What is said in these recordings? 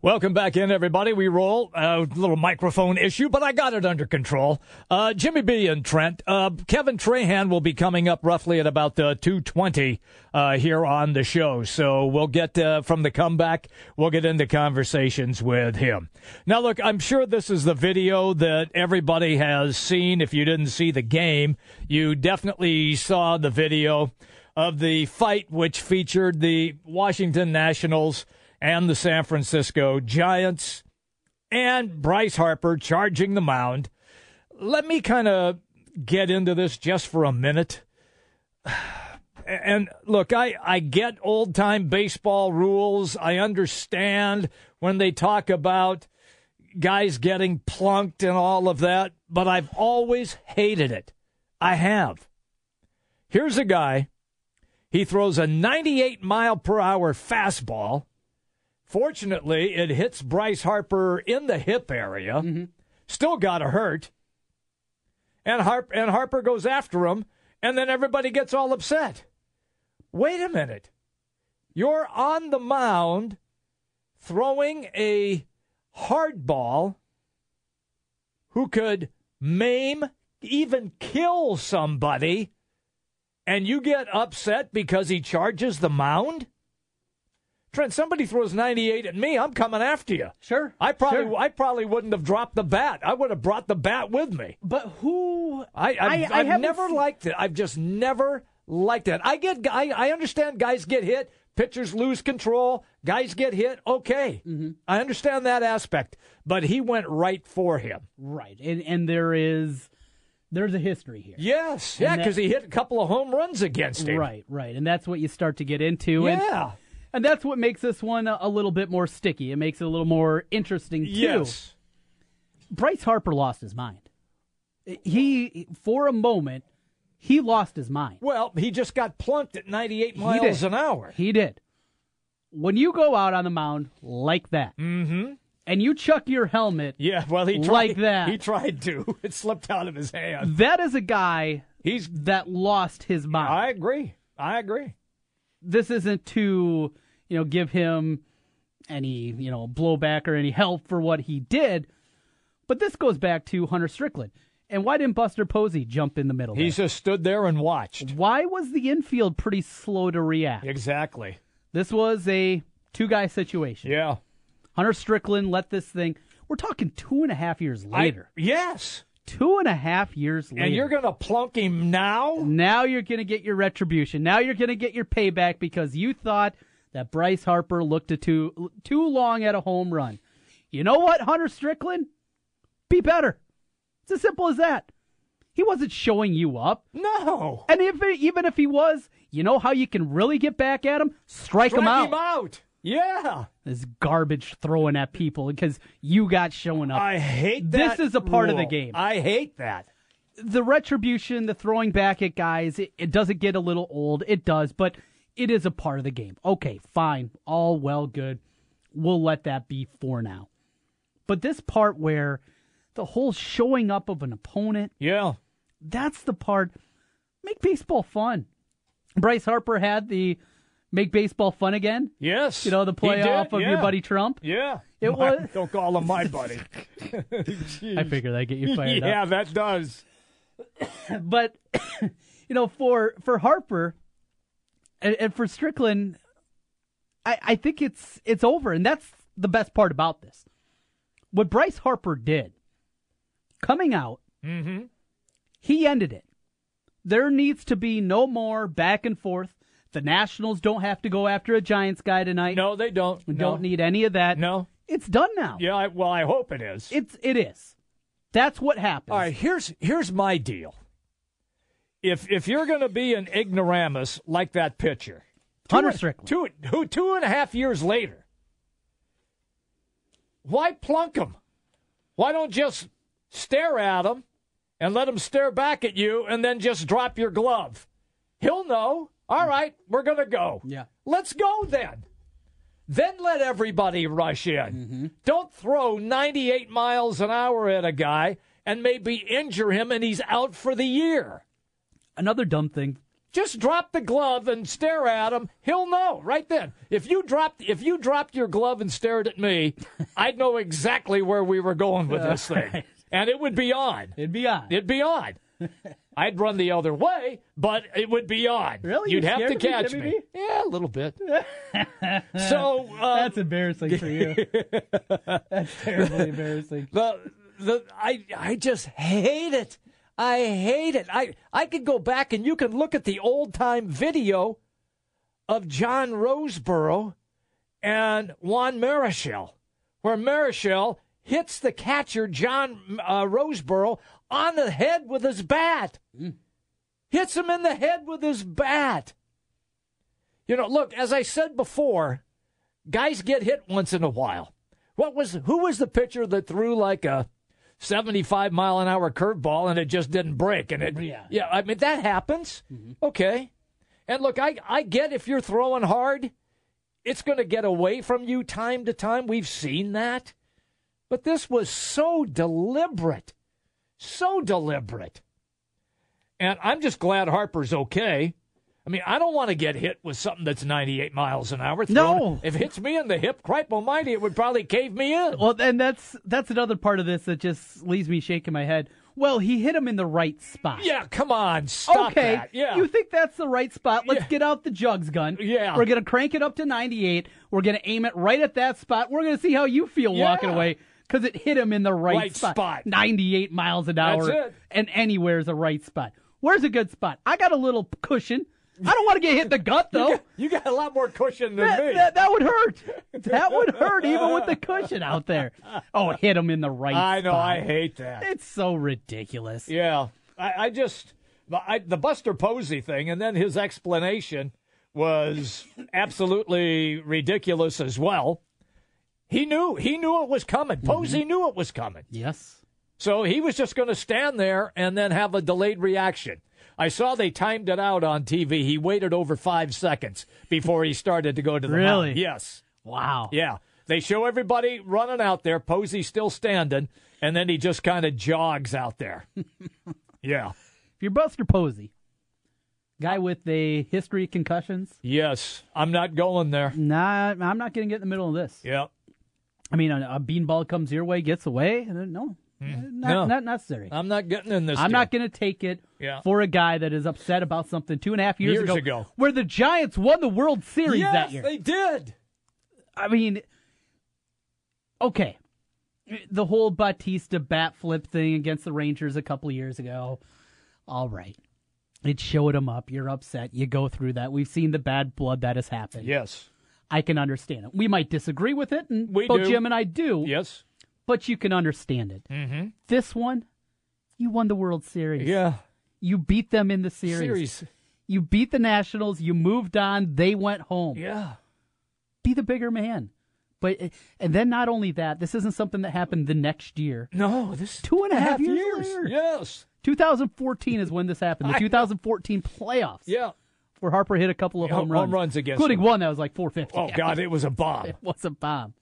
Welcome back in, everybody. We roll a little microphone issue, but I got it under control. Uh, Jimmy B and Trent, uh, Kevin Trahan will be coming up roughly at about uh, two twenty uh, here on the show. So we'll get uh, from the comeback, we'll get into conversations with him. Now, look, I'm sure this is the video that everybody has seen. If you didn't see the game, you definitely saw the video of the fight, which featured the Washington Nationals and the San Francisco Giants and Bryce Harper charging the mound. Let me kind of get into this just for a minute. And look, I, I get old time baseball rules. I understand when they talk about guys getting plunked and all of that, but I've always hated it. I have. Here's a guy. He throws a 98 mile per hour fastball. Fortunately, it hits Bryce Harper in the hip area. Still got a hurt. And, Harp- and Harper goes after him, and then everybody gets all upset. Wait a minute. You're on the mound throwing a hard ball who could maim, even kill somebody, and you get upset because he charges the mound? Trent, somebody throws 98 at me, I'm coming after you. Sure. I probably sure. I probably wouldn't have dropped the bat. I would have brought the bat with me. But who? I, I, I, I have haven't never seen- liked it. I've just never liked it. I get I, I understand guys get hit, pitchers lose control, guys get hit. Okay, Mm-hmm. I understand that aspect, but he went right for him. Right, and and there is there's a history here. Yes, yeah, that- because he hit a couple of home runs against him. Right, right, and that's what you start to get into. and, Yeah. and that's what makes this one a, a little bit more sticky. It makes it a little more interesting too. Yes. Bryce Harper lost his mind. He, for a moment, he lost his mind. Well, he just got plunked at 98 He miles did. an hour. He did. When you go out on the mound like that, mm-hmm. and you chuck your helmet, Yeah, well, he tried Like that. He tried to. It slipped out of his hand. that is a guy He's. that lost his mind. I agree. I agree. this isn't to you know give him any you know blowback or any help for what he did but this goes back to hunter strickland and why didn't buster posey jump in the middle there? He just stood there and watched. why was the infield pretty slow to react Exactly. this was a two guy situation Yeah. hunter strickland let this thing we're talking two and a half years I- later yes. two and a half years later And you're going to plunk him now? now you're going to get your retribution. Now you're going to get your payback because you thought that Bryce Harper looked a too too long at a home run. You know what, Hunter Strickland? Be better. It's as simple as that. He wasn't showing you up, No. and if even if he was, you know how you can really get back at him? Strike, Strike him out. him out. Yeah. This garbage throwing at people because you got showing up. I hate This that. is a part of the rule. game. I hate that. the retribution, the throwing back at guys, it, it doesn't get a little old. It does, but it is a part of the game. Okay, fine. All well, good. We'll let that be for now. But this part where the whole showing up of an opponent, Yeah. that's the part. Make baseball fun. Bryce Harper had the make baseball fun again. Yes. You know, the He did, playoff of your yeah. buddy Trump. Yeah. It My- was- Don't call him my buddy. I figure that get you fired up. yeah, that does. but you know for for harper and, and for strickland i i think it's it's over and that's the best part about this what bryce harper did coming out Mm-hmm. he ended it there needs to be no more back and forth the nationals don't have to go after a giants guy tonight No, they don't. we No. don't need any of that No. it's done now Yeah, I, well, I hope it is. it's it is that's what happens All right, here's here's my deal. if if you're going to be an ignoramus like that pitcher, Hunter Strickland. two who two and a half years later, why plunk him? Why don't just stare at him and let him stare back at you, and then just drop your glove? He'll know. All right, we're going to go. Mm. Yeah. Let's go then. Then let everybody rush in. Mm-hmm. Don't throw 98 miles an hour at a guy and maybe injure him and he's out for the year. Another dumb thing. Just drop the glove and stare at him. He'll know right then. If you dropped if you dropped your glove and stared at me, I'd know exactly where we were going with this thing. And it would be on. It'd be on. It'd be on. I'd run the other way, but it would be on. Really? You'd You're have to scared of me, catch Jimmy me. B? Yeah, a little bit. so uh, That's embarrassing for you. That's terribly embarrassing. the the I I just hate it. I hate it. I I could go back and you can look at the old time video of John Roseboro and Juan Marichal, where Marichal hits the catcher John uh, Roseboro on the head with his bat. Hits him in the head with his bat. You know, look, as I said before, guys get hit once in a while. What was who was the pitcher that threw like a 75 mile an hour curveball and it just didn't break and it Yeah. I mean that happens. Okay. And look, I I get if you're throwing hard, it's going to get away from you time to time. We've seen that. But this was so deliberate. So deliberate. And I'm just glad Harper's okay. I mean, I don't want to get hit with something that's 98 miles an hour. No. If it hits me in the hip, cripe almighty, it would probably cave me in. Well, and that's that's another part of this that just leaves me shaking my head. Well, he hit him in the right spot. Yeah, come on. Stop Okay. that. Yeah. You think that's the right spot? Let's Yeah. get out the jugs gun. Yeah. We're gonna crank it up to 98. We're gonna aim it right at that spot. We're gonna see how you feel Yeah. walking away because it hit him in the right, Right spot. 98 miles an hour. it. And anywhere's a right spot. Where's a good spot? I got a little cushion. I don't want to get hit in the gut though. you got a lot more cushion than me. That, that, that would hurt. That would hurt even with the cushion out there. Oh, hit him in the right I know. spot. I hate that. It's so ridiculous. Yeah, I, I just I, the Buster Posey thing, and then his explanation was absolutely ridiculous as well. He knew he knew it was coming. Posey knew it was coming, Yes. so he was just going to stand there and then have a delayed reaction. I saw they timed it out on TV. He waited over five seconds before he started to go to the mound. Really? Yes. Wow. Yeah. They show everybody running out there. Posey still standing, and then he just kind of jogs out there. yeah. If you're Buster Posey, guy with a history of concussions, Yes. I'm not going there. nah, I'm not going to get in the middle of this. Yeah. I mean, a, a beanball comes your way, gets away. and then- No, not, Hmm. No. not necessary. I'm not getting in this. I'm not deal. going to take it Yeah. for a guy that is upset about something two and a half years, Years ago, ago. where the Giants won the World Series Yes, that year. they did. I mean, okay, the whole Batista bat flip thing against the Rangers a couple of years ago. All right, it showed him up. You're upset. You go through that. We've seen the bad blood that has happened. Yes. I can understand it. We might disagree with it, and We both do. Jim and I do. Yes. But you can understand it. Mm-hmm. This one, you won the World Series. Yeah. You beat them in the series. Series. You beat the Nationals. You moved on. They went home Yeah. be the bigger man. But eh, and then not only that, this isn't something that happened the next year. No. This Two and a half years later. Yes. 2014 is when this happened. The I know. 2014 playoffs, Yeah. where Harper hit a couple of Yeah, home home runs, runs against including them. one that was like 450. Oh God, it was a bomb. it was a bomb.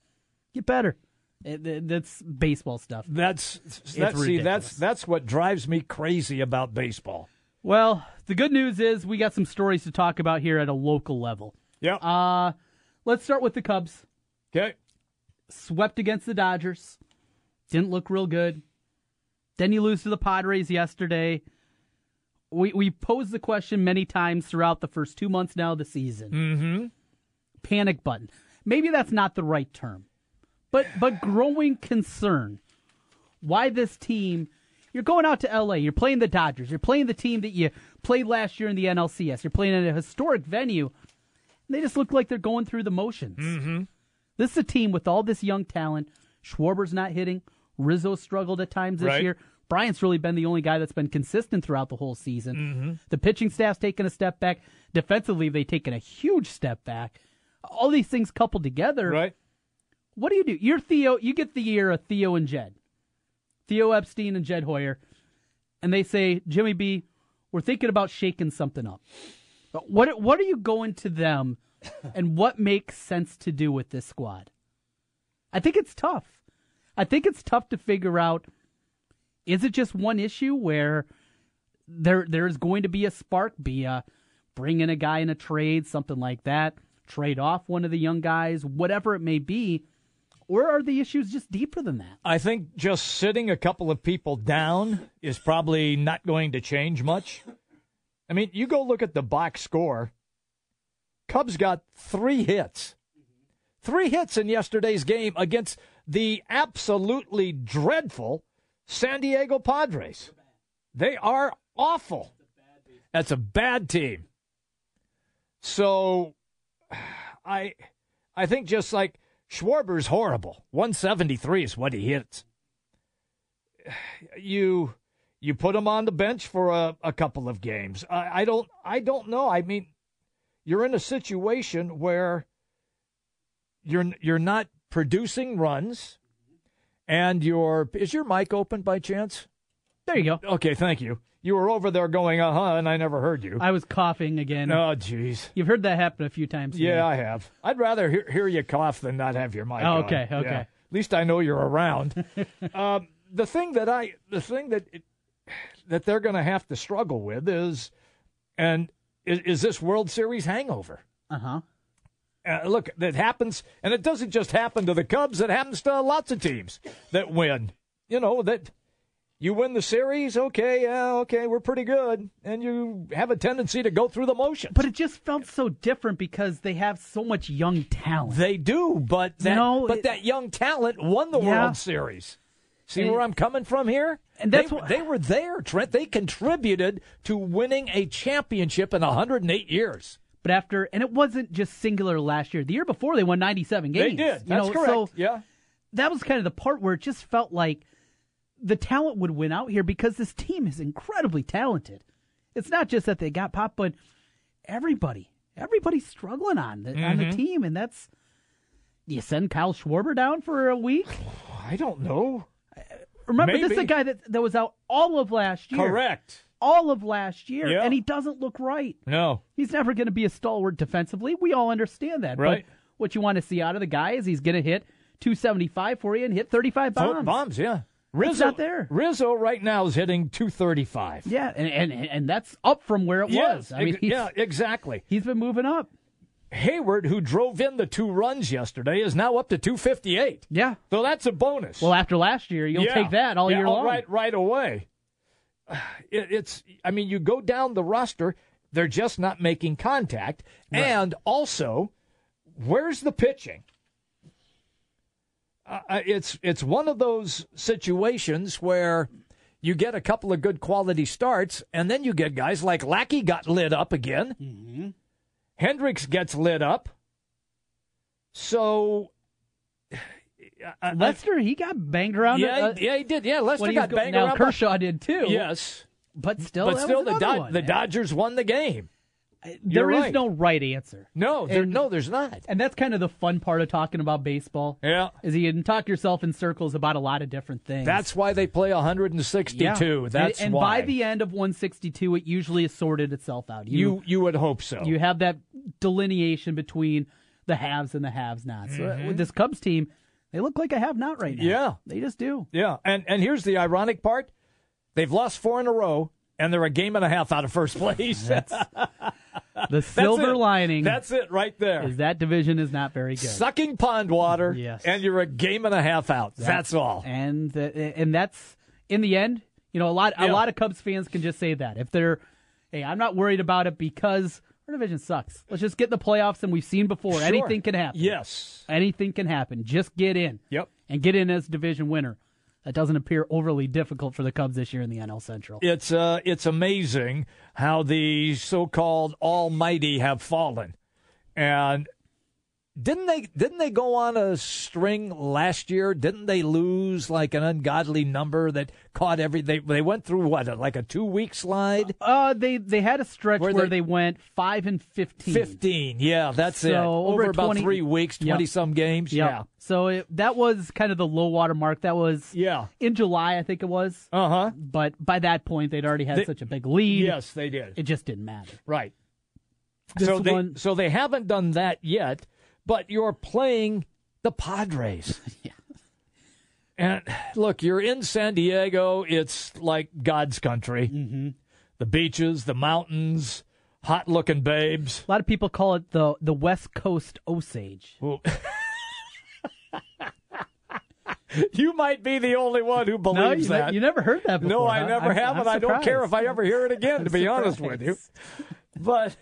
Get better. It- it- that's baseball stuff. That's that's see ridiculous. that's that's what drives me crazy about baseball. Well, the good news is we got some stories to talk about here at a local level. Yeah. Uh, let's start with the Cubs. okay. swept against the Dodgers. Didn't look real good. Then you lose to the Padres yesterday. We we posed the question many times throughout the first two months now of the season. Mm-hmm. Panic button. Maybe that's not the right term, but but growing concern. Why this team? You're going out to L.A. You're playing the Dodgers. You're playing the team that you played last year in the NLCS. You're playing at a historic venue. They just look like they're going through the motions. This is a team with all this young talent. Schwarber's not hitting. Rizzo struggled at times this Right. year. Bryant's really been the only guy that's been consistent throughout the whole season. The pitching staff's taken a step back. Defensively, they've taken a huge step back. All these things coupled together. Right? What do you do? You're Theo. You get the year of Theo and Jed, Theo Epstein and Jed Hoyer, and they say, Jimmy B, we're thinking about shaking something up. But What What are you going to them, and what makes sense to do with this squad? I think it's tough. I think it's tough to figure out. Is it just one issue where there there is going to be a spark, be a bring in a guy in a trade, something like that, trade off one of the young guys, whatever it may be, or are the issues just deeper than that? I think just sitting a couple of people down is probably not going to change much. I mean, you go look at the box score. Cubs got three hits. Three hits in yesterday's game against the absolutely dreadful San Diego Padres. They are awful. That's a bad team. So I I think just like Schwarber's horrible. 173 is what he hits. You you put him on the bench for a, a couple of games. I, I don't I don't know. I mean, you're in a situation where you're you're not producing runs, and your is your mic open by chance? There you go. Okay, thank you. You were over there going uh huh, and I never heard you. I was coughing again. oh, jeez. You've heard that happen a few times. Yeah, today. I have. I'd rather hear, hear you cough than not have your mic. Oh, on. okay, okay. Yeah. At least I know you're around. um, the thing that I, the thing that it, that they're going to have to struggle with is, and is, is this World Series hangover? Uh huh. Uh, look, that happens, and it doesn't just happen to the Cubs. It happens to lots of teams that win. You know that you win the series. Okay, yeah, okay, we're pretty good, and you have a tendency to go through the motions. But it just felt so different because they have so much young talent. They do, but that, No, but it- that young talent won the Yeah. World Series. See And- where I'm coming from here? And that's they, what- they were there, Trent. They contributed to winning a championship in 108 years. But after, and it wasn't just singular last year. The year before, they won 97 They games. did. You That's know, correct. So yeah. that was kind of the part where it just felt like the talent would win out here because this team is incredibly talented. It's not just that they got pop, but everybody, everybody's struggling on the, on Mm-hmm. the team, and that's you send Kyle Schwarber down for a week. I don't know. Remember, this is a Maybe. guy that that was out all of last year, Correct. All of last year, Yeah. and he doesn't look right. No. He's never going to be a stalwart defensively. We all understand that. Right. But what you want to see out of the guy is he's going to hit 275 for you and hit 35 Bombs, bombs. bombs yeah. Rizzo, not there. Rizzo right now is hitting 235. Yeah, and, and and that's up from where it Yes. was. I mean, ex- he's, yeah, exactly. he's been moving up. Hayward, who drove in the two runs yesterday, is now up to 258. Yeah. So that's a bonus. Well, after last year, you'll Yeah. take that all Yeah, year oh, long. Right, right away. It, it's. I mean, you go down the roster; they're just not making contact. And also, where's the pitching? Uh, uh, it's it's one of those situations where you get a couple of good quality starts, and then you get guys like Lackey got lit up again. Hendricks gets lit up. So uh, uh, Lester, he got banged around. yeah, uh, he- yeah, he did. Yeah, Lester when he got was go- banged now around. by- Kershaw did too. yes, but still, but that still, was the, another Dod- one. the Dodgers won the game. There you're is right. no right answer, No, there, And- no, there's not. and that's kind of the fun part of talking about baseball. Yeah, Is you can talk yourself in circles about a lot of different things. that's why they play 162. Yeah. That's and, and why by the end of 162, it usually has sorted itself out. you you would hope so. You have that delineation between the haves and the haves nots. So uh, with this Cubs team, they look like a have not right now. Mm-hmm. Yeah. They just do. yeah, and and here's the ironic part: they've lost four in a row, and they're a game and a half out of first place. That's, The silver it. lining That's it right there. is that division is not very good. Sucking pond water, Yes. and you're a game and a half out. That's all. And uh, and that's in the end, you know, a lot a Yeah. lot of Cubs fans can just say that. If they're hey, I'm not worried about it because our division sucks. Let's just get in the playoffs and we've seen before. Sure. Anything can happen. Yes. Anything can happen. Just get in. Yep. and get in as division winner. That doesn't appear overly difficult for the Cubs this year in the NL Central. it's uh, it's amazing how the so-called almighty have fallen, and didn't they didn't they go on a string last year? Didn't they lose like an ungodly number that caught every they they went through what like a two week slide? Uh, they they had a stretch Were where they- they, went five and fifteen. 15. Yeah, that's it. So, Over, over about 20 3 weeks, Yep. 20 some games. Yep. So it, that was kind of the low water mark. That was Yeah. in July, I think it was. Yeah. Uh-huh. but by that point, they'd already had They- such a big lead. Yes, they did. It just didn't matter. right. This so they one- so they haven't done that yet, but you're playing the Padres. Yeah. And look, you're in San Diego. It's like God's country. Mm-hmm. The beaches, the mountains, hot looking babes. A lot of people call it the the West Coast Osage. Well- you might be the only one who believes No, you, ne- that. you never heard that before. no, I never have, and I don't care if I ever hear it again. to be honest with you, but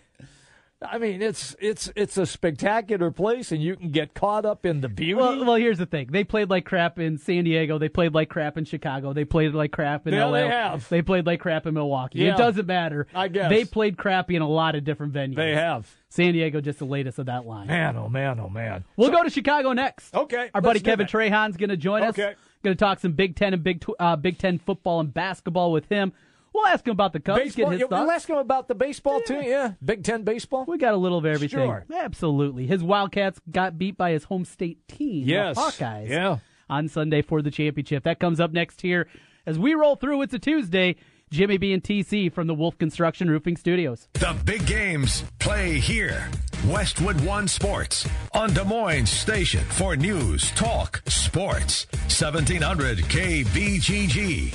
I mean, it's it's it's a spectacular place, and you can get caught up in the beauty. Well, well, here's the thing. They played like crap in San Diego. They played like crap in Chicago. They played like crap in Yeah, LA. they have. They played like crap in Milwaukee. Yeah. It doesn't matter. I guess. They played crappy in a lot of different venues. they have San Diego just the latest of that line. man, oh man, oh man. We'll go to Chicago next. Okay, Our buddy let's do Kevin that. Trahan's going to join Okay. us. Going to talk some Big Ten and Big Tw- uh, Big Ten football and basketball with him. We'll ask him about the Cubs. Baseball. Get You, his you thoughts. ask him about the baseball too. Yeah, Big Ten baseball. we got a little of everything. Sure. Absolutely. His Wildcats got beat by his home state team, the Yes. Hawkeyes, Yeah. on Sunday for the championship. That comes up next here as we roll through. It's a Tuesday. Jimmy B and TC from the Wolf Construction Roofing Studios. The big games play here. Westwood One Sports on Des Moines Station for news, talk, sports. 1700 KBGG.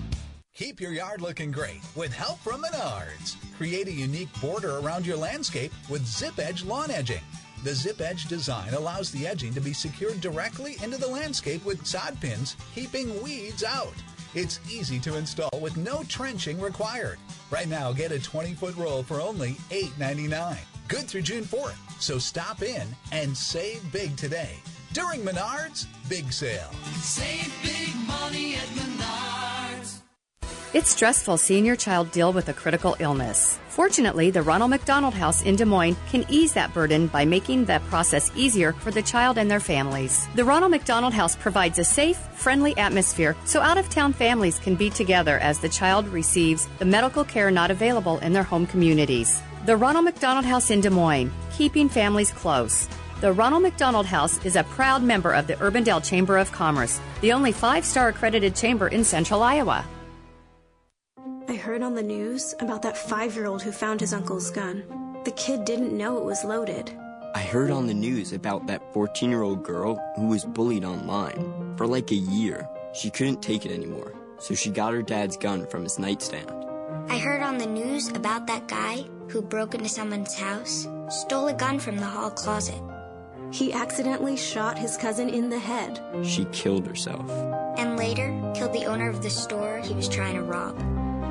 Keep your yard looking great with help from Menards. Create a unique border around your landscape with Zip Edge lawn edging. The Zip Edge design allows the edging to be secured directly into the landscape with sod pins, keeping weeds out. It's easy to install with no trenching required. Right now, get a 20 foot roll for only $8.99. Good through June 4th, so stop in and save big today during Menards Big Sale. Save big money at Menards. It's stressful seeing your child deal with a critical illness. Fortunately, the Ronald McDonald House in Des Moines can ease that burden by making that process easier for the child and their families. The Ronald McDonald House provides a safe, friendly atmosphere so out of town families can be together as the child receives the medical care not available in their home communities. The Ronald McDonald House in Des Moines, keeping families close. The Ronald McDonald House is a proud member of the Urbandale Chamber of Commerce, the only five star accredited chamber in central Iowa. I heard on the news about that five year old who found his uncle's gun. The kid didn't know it was loaded. I heard on the news about that 14 year old girl who was bullied online for like a year. She couldn't take it anymore, so she got her dad's gun from his nightstand. I heard on the news about that guy who broke into someone's house, stole a gun from the hall closet. He accidentally shot his cousin in the head. She killed herself. and later killed the owner of the store he was trying to rob.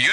You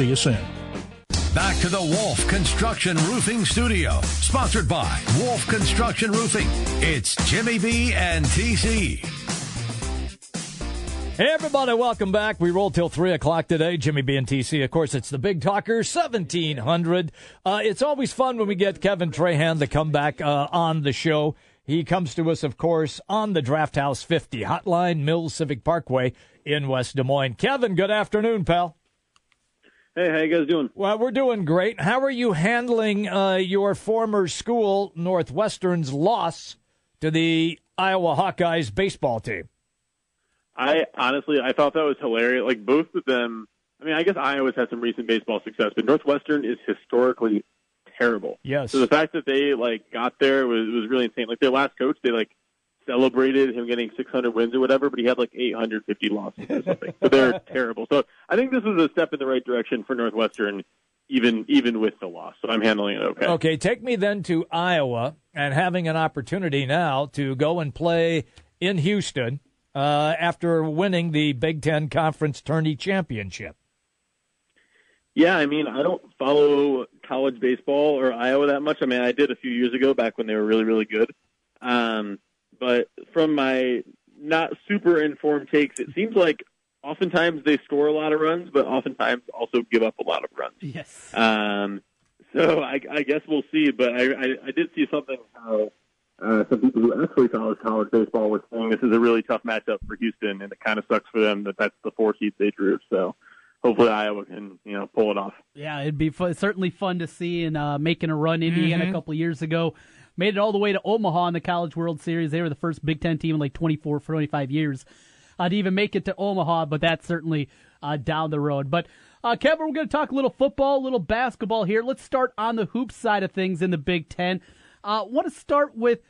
See you soon. Back to the Wolf Construction Roofing Studio, sponsored by Wolf Construction Roofing. It's Jimmy B and TC. Hey, everybody, welcome back. We roll till 3 o'clock today. Jimmy B and TC, of course, it's the Big Talker 1700. Uh, it's always fun when we get Kevin Trahan to come back uh, on the show. He comes to us, of course, on the Draft House 50 Hotline, Mills Civic Parkway in West Des Moines. Kevin, good afternoon, pal. Hey, how you guys doing? Well, we're doing great. How are you handling uh, your former school, Northwestern's loss to the Iowa Hawkeyes baseball team? I honestly, I thought that was hilarious. Like both of them. I mean, I guess Iowa's had some recent baseball success, but Northwestern is historically terrible. Yes. So the fact that they like got there was was really insane. Like their last coach, they like celebrated him getting 600 wins or whatever, but he had like 850 losses or something. so they're terrible. So I think this is a step in the right direction for Northwestern, even even with the loss. So I'm handling it okay. Okay, take me then to Iowa and having an opportunity now to go and play in Houston uh, after winning the Big Ten Conference Tourney Championship. Yeah, I mean, I don't follow college baseball or Iowa that much. I mean, I did a few years ago back when they were really, really good. Um, but from my not super informed takes, it seems like oftentimes they score a lot of runs, but oftentimes also give up a lot of runs. Yes. Um, so I, I guess we'll see. But I, I, I did see something how uh, some people who actually follow college baseball were saying this is a really tough matchup for Houston, and it kind of sucks for them that that's the four seed they drew. So hopefully Iowa can you know pull it off. Yeah, it'd be fun, certainly fun to see and uh, making a run. Indiana Mhm. a couple years ago made it all the way to Omaha in the College World Series. They were the first Big Ten team in like 24, 25 years uh, to even make it to Omaha, but that's certainly uh, down the road. But uh, Kevin, we're going to talk a little football, a little basketball here. Let's start on the hoop side of things in the Big Ten. uh, want to start with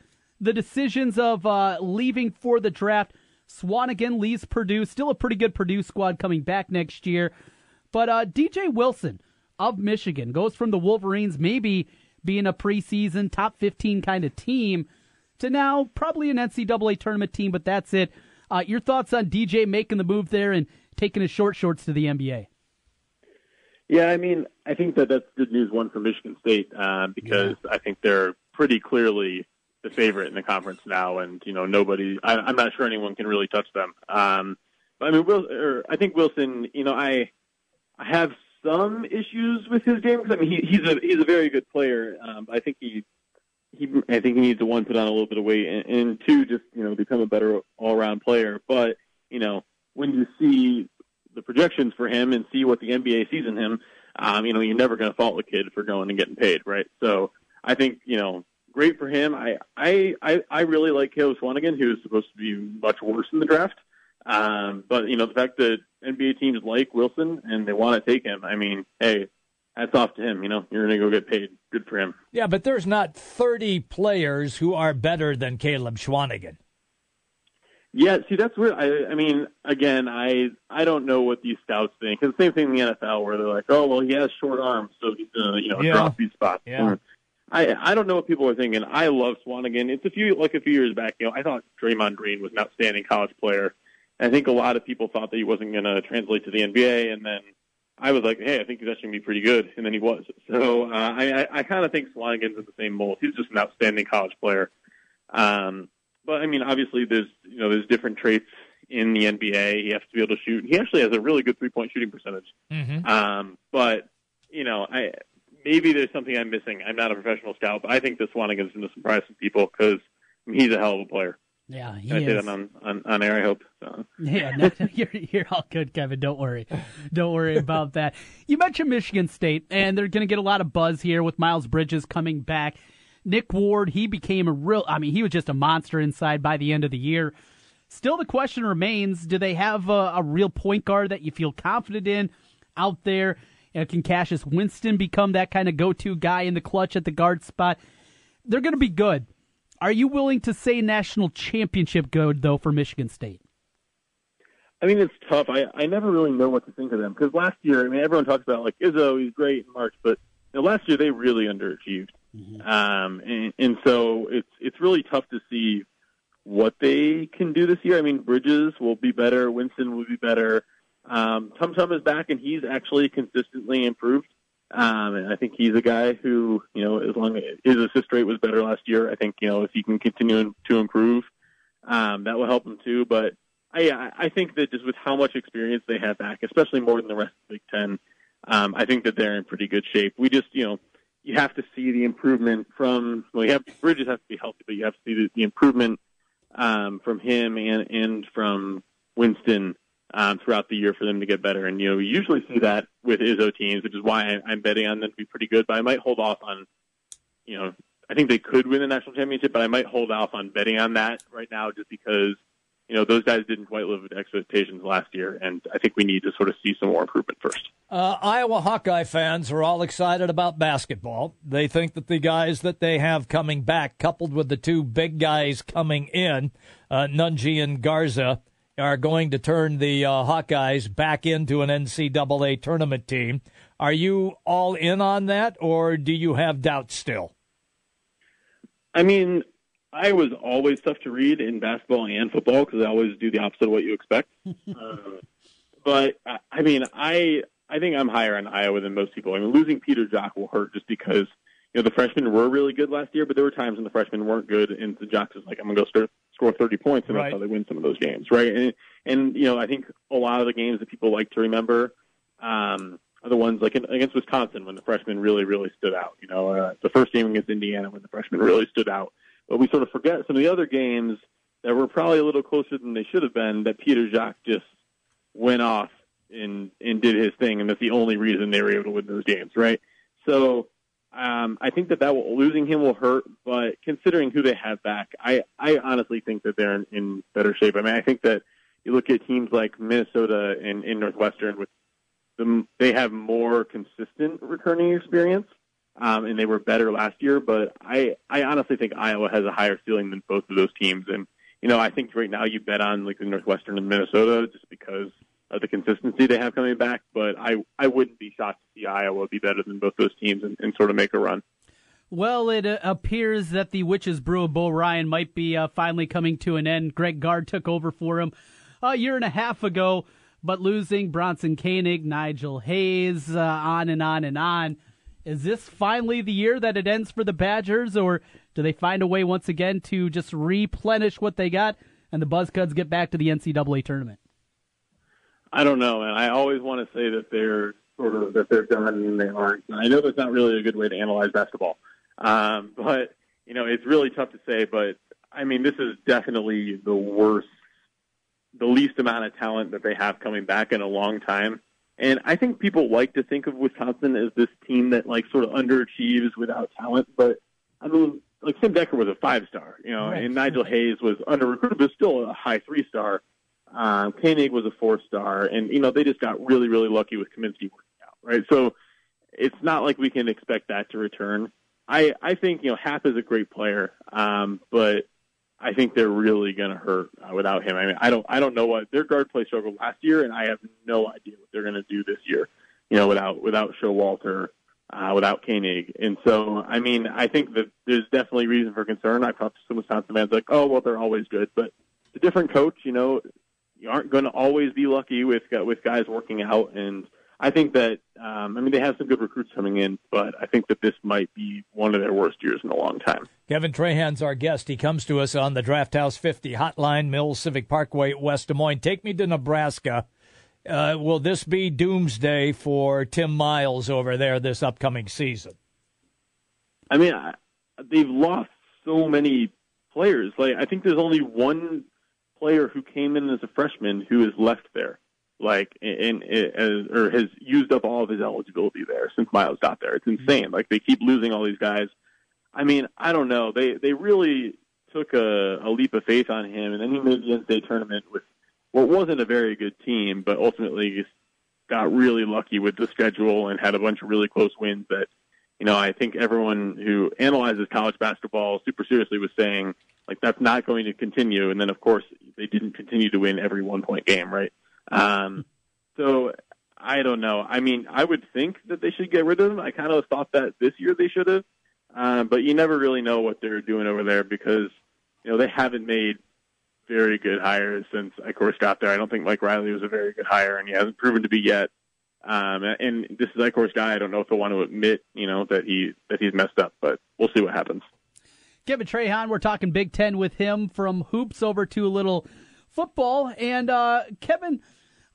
the decisions of uh, leaving for the draft. Swanigan leaves Purdue, still a pretty good Purdue squad coming back next year. But uh, DJ Wilson of Michigan goes from the Wolverines maybe being a preseason top 15 kind of team to now probably an NCAA tournament team, but that's it. Uh, your thoughts on DJ making the move there and taking his short shorts to the NBA? Yeah, I mean, I think that that's good news one for Michigan State uh, because I think they're pretty clearly the favorite in the conference now, and you know nobody. I, I'm not sure anyone can really touch them. Um, but I mean, Will, or I think Wilson. You know, I I have some issues with his game 'cause, I mean he, he's a he's a very good player. Um, but I think he he I think he needs to one put on a little bit of weight and, and two just you know become a better all around player. But you know when you see the projections for him and see what the NBA sees in him, um, you know you're never going to fault the kid for going and getting paid, right? So I think you know great for him. I I I, I really like Caleb Swanigan, who's supposed to be much worse in the draft. Um, but you know the fact that NBA teams like Wilson and they want to take him. I mean, hey, hats off to him. You know, you're going to go get paid. Good for him. Yeah, but there's not 30 players who are better than Caleb Schwanigan. Yeah, see, that's weird. I, I mean, again, I I don't know what these scouts think. It's the same thing in the NFL where they're like, oh, well, he has short arms, so he's gonna, you know, Yeah. drop these spots. Yeah. I I don't know what people are thinking. I love Swanigan. It's a few like a few years back. You know, I thought Draymond Green was an outstanding college player, I think a lot of people thought that he wasn't going to translate to the NBA, and then I was like, hey, I think he's actually going to be pretty good, and then he was. So uh, I, I, I kind of think Swanigan's in the same mold. He's just an outstanding college player. Um, but I mean, obviously, there's you know there's different traits in the NBA. He has to be able to shoot. He actually has a really good three point shooting percentage. Mm-hmm. Um, but you know, I maybe there's something I'm missing. I'm not a professional scout, but I think this Swanigan's going to surprise some people because I mean, he's a hell of a player. Yeah, he And I say is. that on, on on air. I hope. So. Yeah, no, you're, you're all good, Kevin. Don't worry. Don't worry about that. You mentioned Michigan State, and they're going to get a lot of buzz here with Miles Bridges coming back. Nick Ward, he became a real, I mean, he was just a monster inside by the end of the year. Still, the question remains do they have a, a real point guard that you feel confident in out there? You know, can Cassius Winston become that kind of go to guy in the clutch at the guard spot? They're going to be good. Are you willing to say national championship good, though, for Michigan State? I mean, it's tough. I, I never really know what to think of them because last year, I mean, everyone talks about like Izzo, he's great in March, but you know, last year they really underachieved, um, and, and so it's it's really tough to see what they can do this year. I mean, Bridges will be better, Winston will be better. Um, Tum Tum is back, and he's actually consistently improved. Um, and I think he's a guy who, you know, as long as his assist rate was better last year, I think you know if he can continue to improve, um, that will help him too. But I, I- I think that just with how much experience they have back, especially more than the rest of the Big Ten, um, I think that they're in pretty good shape. We just, you know, you have to see the improvement from. Well, you have Bridges has to be healthy, but you have to see the, the improvement um, from him and and from Winston um, throughout the year for them to get better. And you know, we usually see that with Izzo teams, which is why I, I'm betting on them to be pretty good. But I might hold off on, you know, I think they could win the national championship, but I might hold off on betting on that right now just because you know those guys didn't quite live up to expectations last year, and I think we need to sort of see some more improvement first. Uh, Iowa Hawkeye fans are all excited about basketball. They think that the guys that they have coming back, coupled with the two big guys coming in, uh, Nunji and Garza, are going to turn the uh, Hawkeyes back into an NCAA tournament team. Are you all in on that, or do you have doubts still? I mean, I was always tough to read in basketball and football because I always do the opposite of what you expect. um, but I- I mean, I I think I'm higher on Iowa than most people. I mean, losing Peter Jock will hurt just because you know the freshmen were really good last year, but there were times when the freshmen weren't good, and the Jocks was like, I'm gonna go start, score 30 points, and Right. that's how they win some of those games, right? And and you know, I think a lot of the games that people like to remember um, are the ones like in, against Wisconsin when the freshmen really really stood out. You know, uh, the first game against Indiana when the freshmen really stood out but we sort of forget some of the other games that were probably a little closer than they should have been that Peter Jacques just went off and and did his thing, and that's the only reason they were able to win those games, right? So um, I think that that will, losing him will hurt, but considering who they have back, I I honestly think that they're in, in better shape. I mean, I think that you look at teams like Minnesota and in Northwestern with them, they have more consistent returning experience um, and they were better last year. But I, I honestly think Iowa has a higher ceiling than both of those teams. And you know, I think right now you bet on like the Northwestern and Minnesota just because of the consistency they have coming back. But I, I wouldn't be shocked to see Iowa be better than both those teams and, and sort of make a run. Well, it uh, appears that the Witches Brew of Bo Ryan might be uh, finally coming to an end. Greg Gard took over for him a year and a half ago, but losing Bronson Koenig, Nigel Hayes, uh, on and on and on. Is this finally the year that it ends for the Badgers, or do they find a way once again to just replenish what they got and the Buzzcuds get back to the NCAA tournament? I don't know, and I always want to say that they're sort of that they're done and they aren't. And I know that's not really a good way to analyze basketball, um, but you know it's really tough to say. But I mean, this is definitely the worst, the least amount of talent that they have coming back in a long time. And I think people like to think of Wisconsin as this team that like sort of underachieves without talent, but I mean, like Sam Decker was a five star, you know, Right. and Nigel Hayes was under recruited, but still a high three star. Um, Koenig was a four star, and you know they just got really, really lucky with Kaminsky working out, right? So it's not like we can expect that to return. I I think you know Hap is a great player, um, but I think they're really going to hurt uh, without him. I mean, I don't I don't know what their guard play struggled last year, and I have no idea what they're going to do this year. You know, without without Showalter, uh, without Koenig, and so I mean, I think that there's definitely reason for concern. I've talked to some Wisconsin fans like, oh well, they're always good, but it's a different coach, you know, you aren't going to always be lucky with uh, with guys working out. And I think that um, I mean they have some good recruits coming in, but I think that this might be one of their worst years in a long time. Kevin Trahan's our guest. He comes to us on the Draft House 50 hotline, Mills Civic Parkway, West Des Moines. Take me to Nebraska. Uh, will this be doomsday for Tim Miles over there this upcoming season? I mean, I, they've lost so many players. Like I think there's only one player who came in as a freshman who has left there, like in, in, in or has used up all of his eligibility there since Miles got there. It's insane. Like they keep losing all these guys. I mean, I don't know. They they really took a, a leap of faith on him, and then he made the NCAA tournament with what wasn't a very good team, but ultimately got really lucky with the schedule and had a bunch of really close wins that you know, I think everyone who analyzes college basketball super seriously was saying, like, that's not going to continue. And then, of course, they didn't continue to win every one point game, right? Um, so I don't know. I mean, I would think that they should get rid of him. I kind of thought that this year they should have. Uh, but you never really know what they're doing over there because, you know, they haven't made very good hires since I, of course, got there. I don't think Mike Riley was a very good hire, and he hasn't proven to be yet. Um, and this is like course guy. I don't know if he'll want to admit, you know, that he that he's messed up, but we'll see what happens. Kevin Trahan, we're talking Big Ten with him from hoops over to a little football. And uh, Kevin,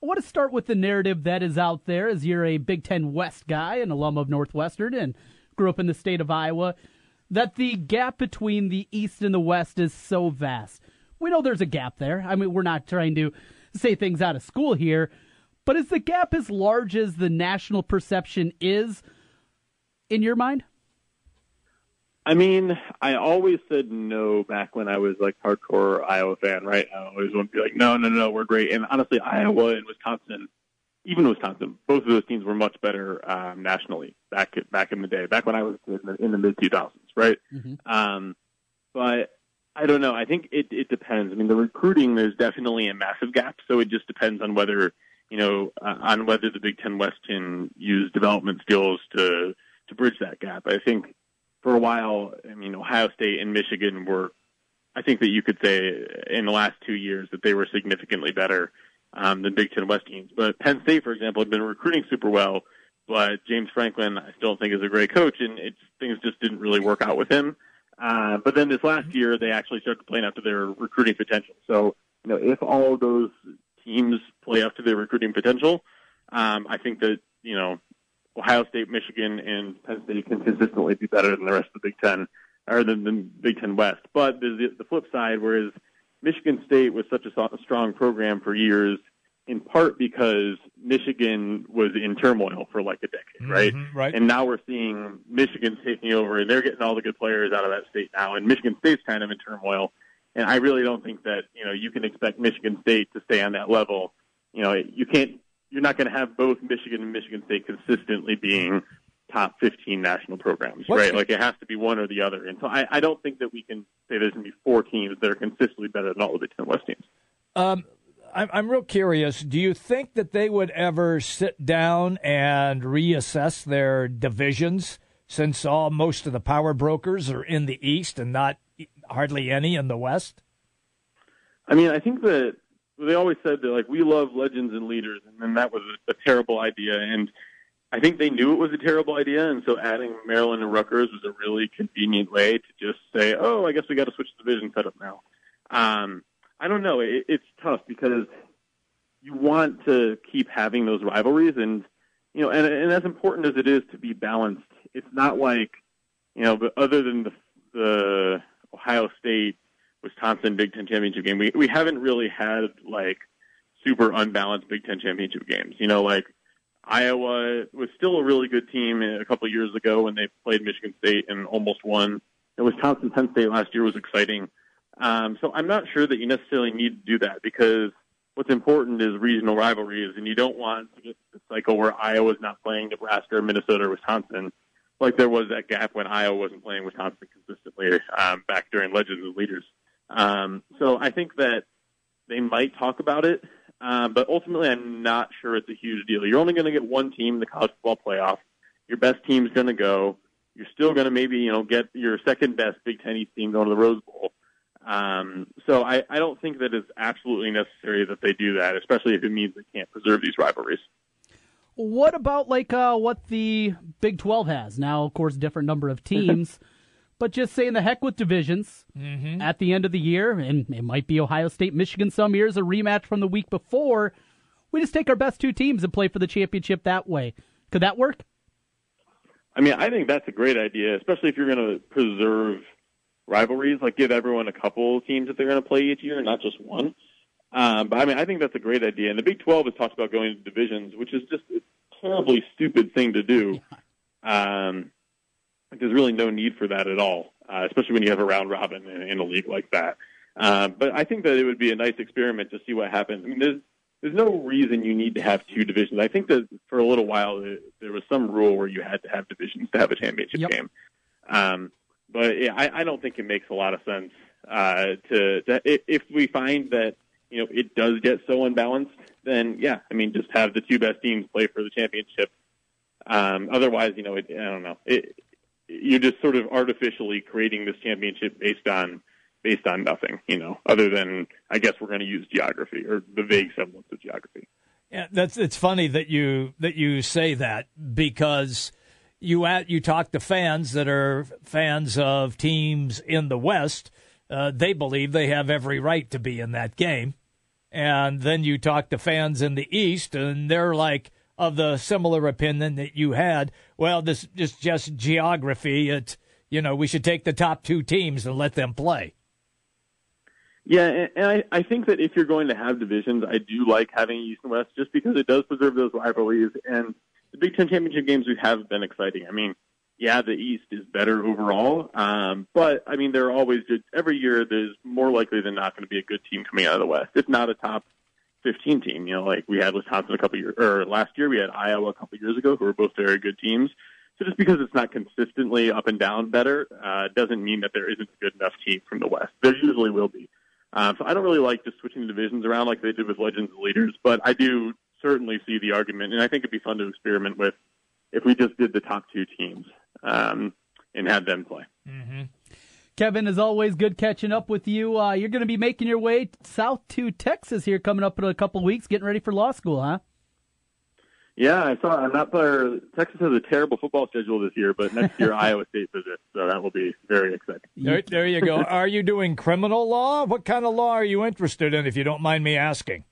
I want to start with the narrative that is out there as you're a Big Ten West guy, an alum of Northwestern, and grew up in the state of Iowa, that the gap between the East and the West is so vast. We know there's a gap there. I mean, we're not trying to say things out of school here. But is the gap as large as the national perception is in your mind? I mean, I always said no back when I was like hardcore Iowa fan, right? I always want to be like, no, no, no, we're great. And honestly, Iowa and Wisconsin, even Wisconsin, both of those teams were much better um, nationally back back in the day, back when I was in the, in the mid 2000s, right? Um, but I don't know. I think it, it depends. I mean, the recruiting there's definitely a massive gap, so it just depends on whether you know, uh, on whether the Big Ten West can use development skills to to bridge that gap. I think for a while, I mean, Ohio State and Michigan were, I think that you could say in the last two years that they were significantly better um, than Big Ten West teams. But Penn State, for example, had been recruiting super well, but James Franklin, I still think is a great coach, and it, things just didn't really work out with him. Uh, but then this last year, they actually started playing up to their recruiting potential. So, you know, if all of those teams play up to their recruiting potential. Um, I think that you know Ohio State, Michigan, and Penn State can consistently be better than the rest of the Big Ten or than the Big Ten West. But the, the flip side, whereas Michigan State was such a so- strong program for years, in part because Michigan was in turmoil for like a decade, right? right. And now we're seeing Michigan taking over, and they're getting all the good players out of that state now, and Michigan State's kind of in turmoil. And I really don't think that you know you can expect Michigan State to stay on that level. You know, you can't. You're not going to have both Michigan and Michigan State consistently being top 15 national programs, What's right? the- like it has to be one or the other. And so I, I don't think that we can say there's going to be four teams that are consistently better than all the Big Ten West teams. Um, I'm, I'm real curious. Do you think that they would ever sit down and reassess their divisions since all most of the power brokers are in the East and not e, hardly any in the West? I mean, I think that they always said that like we love legends and leaders, and then that was a, a terrible idea. And I think they knew it was a terrible idea, and so adding Maryland and Rutgers was a really convenient way to just say, "Oh, I guess we got to switch the division setup now." Um, I don't know. It, it's tough because you want to keep having those rivalries, and you know, and, and as important as it is to be balanced, it's not like you know, but other than the, the Ohio State Wisconsin Big Ten championship game, we we haven't really had like super unbalanced Big Ten championship games. You know, like Iowa was still a really good team a couple of years ago when they played Michigan State and almost won. And Wisconsin Penn State last year was exciting. Um, so I'm not sure that you necessarily need to do that because what's important is regional rivalries, and you don't want to get the cycle where Iowa's not playing Nebraska or Minnesota or Wisconsin, like there was that gap when Iowa wasn't playing Wisconsin consistently um, back during Legends and Leaders. Um, so I think that they might talk about it, um, but ultimately, I'm not sure it's a huge deal. You're only going to get one team in the college football playoff. Your best team's going to go. You're still going to maybe you know get your second best Big Ten East team going to the Rose Bowl. Um, so I, I don't think that it's absolutely necessary that they do that, especially if it means they can't preserve these rivalries. What about like uh, what the Big Twelve has now? Of course, different number of teams, but just saying the heck with divisions Mhm. at the end of the year, and it might be Ohio State, Michigan. Some years a rematch from the week before. We just take our best two teams and play for the championship that way. Could that work? I mean, I think that's a great idea, especially if you're going to preserve rivalries, like give everyone a couple teams that they're going to play each year, not just one. Um, but I mean, I think that's a great idea. And the Big 12 has talked about going to divisions, which is just a terribly stupid thing to do. Um, like, there's really no need for that at all, uh, especially when you have a round robin in, in a league like that. Um, but I think that it would be a nice experiment to see what happens. I mean, there's there's no reason you need to have two divisions. I think that for a little while uh, there was some rule where you had to have divisions to have a championship game. Um, but yeah, I, I don't think it makes a lot of sense uh, to, to if, if we find that you know it does get so unbalanced, then yeah, I mean just have the two best teams play for the championship. Um, otherwise, you know, it, I don't know. It, you're just sort of artificially creating this championship based on based on nothing, you know, other than I guess we're going to use geography or the vague semblance of geography. Yeah, that's it's funny that you that you say that because you at you talk to fans that are fans of teams in the West. Uh, they believe they have every right to be in that game, and then you talk to fans in the East, and they're like of the similar opinion that you had. Well, this is just geography. It you know we should take the top two teams and let them play. Yeah, and, and I, I think that if you're going to have divisions, I do like having East and West just because it does preserve those rivalries. And the Big Ten championship games we have been exciting. I mean, yeah, the East is better overall, um, but I mean, there are always good, every year there's more likely than not going to be a good team coming out of the West, if not a top 15 team. You know, like we had Wisconsin a couple years, or last year we had Iowa a couple years ago, who were both very good teams. So just because it's not consistently up and down better uh, doesn't mean that there isn't a good enough team from the West. There usually will be. Um, so I don't really like just switching divisions around like they did with Legends and Leaders, but I do certainly see the argument, and I think it'd be fun to experiment with if we just did the top two teams um, and had them play. Kevin, as always, good catching up with you. Uh, you're going to be making your way south to Texas here coming up in a couple weeks, getting ready for law school, huh? Yeah, I saw. I'm not. There, Texas has a terrible football schedule this year, but next year Iowa State visits, so that will be very exciting. There, there you go. Are you doing criminal law? What kind of law are you interested in, if you don't mind me asking?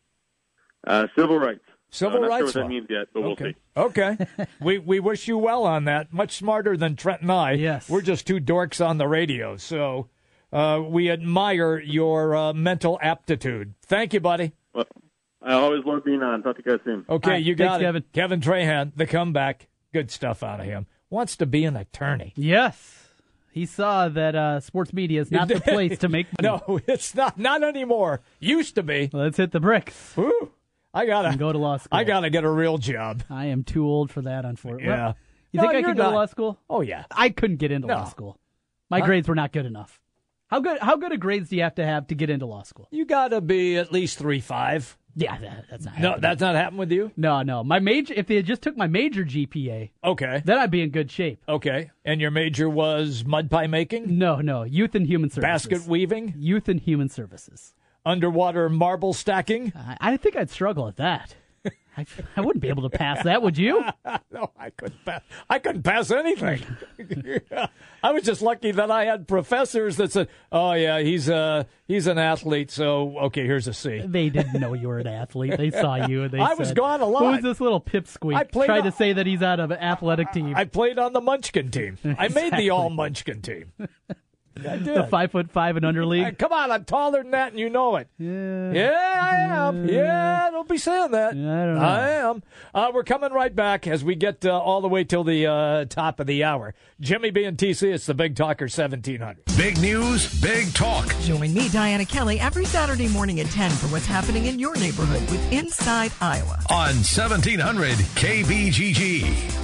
Uh, civil rights. Civil I'm not rights sure what law. that means yet, but we'll see. Okay. we we wish you well on that. Much smarter than Trent and I. Yes. We're just two dorks on the radio. So uh, we admire your uh, mental aptitude. Thank you, buddy. Well, I always love being on. Talk to you guys soon. Okay, you got it. it. Kevin. Trahan, the comeback. Good stuff out of him. Wants to be an attorney. Yes. He saw that uh, sports media is not the place to make money. No, it's not. Not anymore. Used to be. Let's hit the bricks. Woo. I gotta go to law school. I gotta get a real job. I am too old for that, unfortunately. Yeah. You think I could go to law school? Oh yeah. I couldn't get into No. law school. My Huh? grades were not good enough. How good? How good of grades do you have to have to get into law school? You gotta be at least three five. Yeah, that, that's not. No, that's not happened with you. No, no. My major. If they had just took my major GPA, okay, then I'd be in good shape. Okay. And your major was mud pie making? No, no. Oh, Youth and human services. Basket weaving? Youth and human services. Underwater marble stacking? I, I think I'd struggle at that. I, I wouldn't be able to pass that, would you? no, I couldn't pass. I couldn't pass anything. I was just lucky that I had professors that said, "Oh yeah, he's a he's an athlete." So okay, here's a C. They didn't know you were an athlete. They saw you. And they I was said, gone a lot. Who's this little pipsqueak? I played tried to a- say that he's out of an athletic team. I played on the Munchkin team. I made the All Munchkin team. I did. Uh, the five foot five and under league. Come on, I'm taller than that, and you know it. Yeah, yeah, I am. Yeah, don't be saying that. I, don't know. am. Uh, we're coming right back as we get uh, all the way till the uh, top of the hour. Jimmy B and TC, it's the Big Talker 1700. Big news, big talk. Join me, Diana Kelly, every Saturday morning at 10 for what's happening in your neighborhood with Inside Iowa. on 1700 KBGG.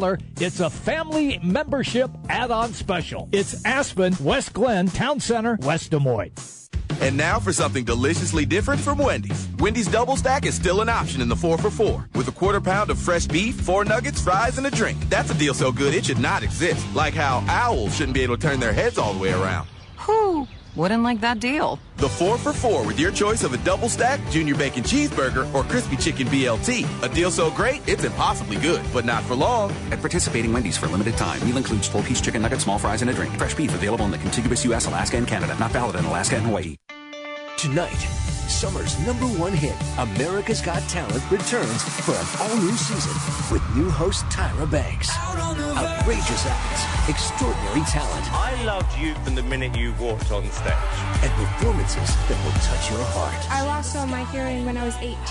It's a family membership add on special. It's Aspen, West Glen, Town Center, West Des Moines. And now for something deliciously different from Wendy's. Wendy's double stack is still an option in the 4 for 4 with a quarter pound of fresh beef, four nuggets, fries, and a drink. That's a deal so good it should not exist. Like how owls shouldn't be able to turn their heads all the way around. Whew, wouldn't like that deal. The 4 for 4 with your choice of a double stack, junior bacon cheeseburger, or crispy chicken BLT. A deal so great it's impossibly good, but not for long. At participating Wendy's for a limited time, meal includes full piece chicken nuggets, small fries, and a drink. Fresh beef available in the contiguous U.S., Alaska, and Canada. Not valid in Alaska and Hawaii. Tonight, summer's number one hit, America's Got Talent, returns for an all new season with new host Tyra Banks. Outrageous acts, extraordinary talent, I loved you from the minute you walked on stage. and performances that will touch your heart. I lost all my hearing when I was 18. Even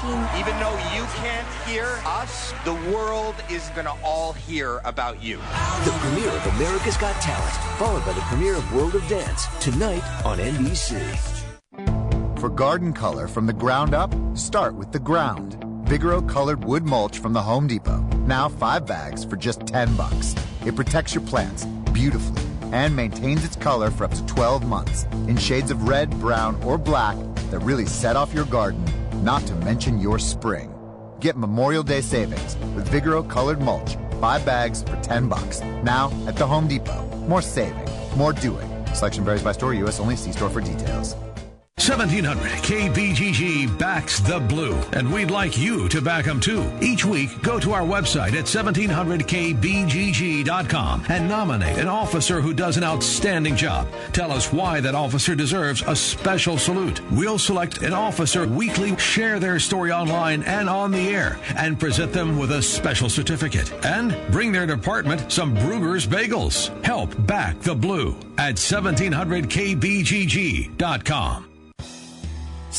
though you can't hear us, the world is going to all hear about you. The premiere of America's Got Talent, followed by the premiere of World of Dance, tonight on NBC. For garden color from the ground up, start with the ground. Big Oak colored wood mulch from the Home Depot. Now 5 bags for just 10 bucks. It protects your plants beautifully and maintains its color for up to 12 months in shades of red, brown, or black that really set off your garden, not to mention your spring. Get Memorial Day savings with Big Oak colored mulch. 5 bags for 10 bucks. Now at the Home Depot. More saving, more doing. Selection varies by store, US only. See store for details. 1700 KBGG backs the blue, and we'd like you to back them too. Each week, go to our website at 1700kbgg.com and nominate an officer who does an outstanding job. Tell us why that officer deserves a special salute. We'll select an officer weekly, share their story online and on the air, and present them with a special certificate. And bring their department some Brugger's bagels. Help back the blue at 1700kbgg.com.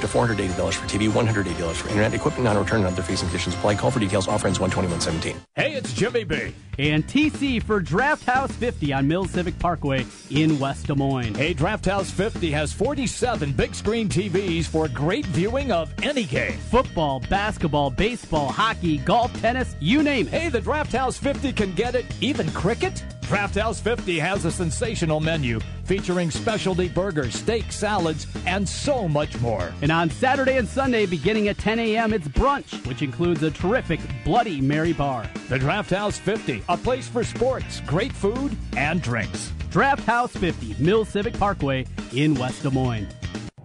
to $480 for TV, $180 for internet, equipment non return, and other fees and conditions apply. Call for details. Offer ends 12117. Hey, it's Jimmy B. And TC for Draft House 50 on Mills Civic Parkway in West Des Moines. Hey, Draft House 50 has 47 big screen TVs for great viewing of any game. Football, basketball, baseball, hockey, golf, tennis, you name it. Hey, the Draft House 50 can get it, even cricket. Draft House 50 has a sensational menu featuring specialty burgers, steak, salads, and so much more. And on Saturday and Sunday, beginning at 10 a.m., it's brunch, which includes a terrific Bloody Mary bar. The Draft House 50, a place for sports, great food, and drinks. Draft House 50, Mill Civic Parkway in West Des Moines.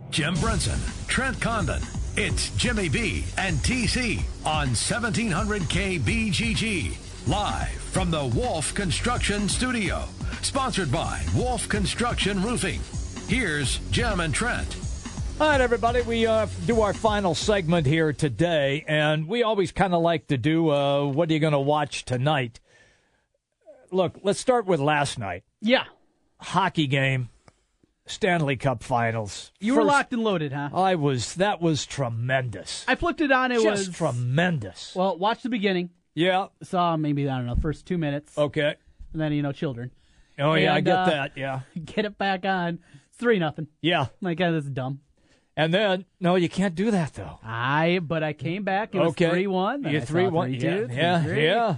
Jim Brunson, Trent Condon. It's Jimmy B and TC on 1700 KBGG live from the Wolf Construction Studio. Sponsored by Wolf Construction Roofing. Here's Jim and Trent. All right, everybody, we uh, do our final segment here today, and we always kind of like to do uh, what are you going to watch tonight? Look, let's start with last night. Yeah. Hockey game, Stanley Cup Finals. You were locked and loaded, huh? I was. That was tremendous. I flipped it on. It Just was tremendous. Well, watch the beginning. Yeah. Saw maybe I don't know first two minutes. Okay. And then you know children. Oh yeah, I And, get uh, that. Yeah. Get it back on. It's three nothing. Yeah. Like God, that's dumb. And then no, you can't do that though. I but I came back. It was Okay. three one. Yeah, 3-1, yeah, yeah, yeah.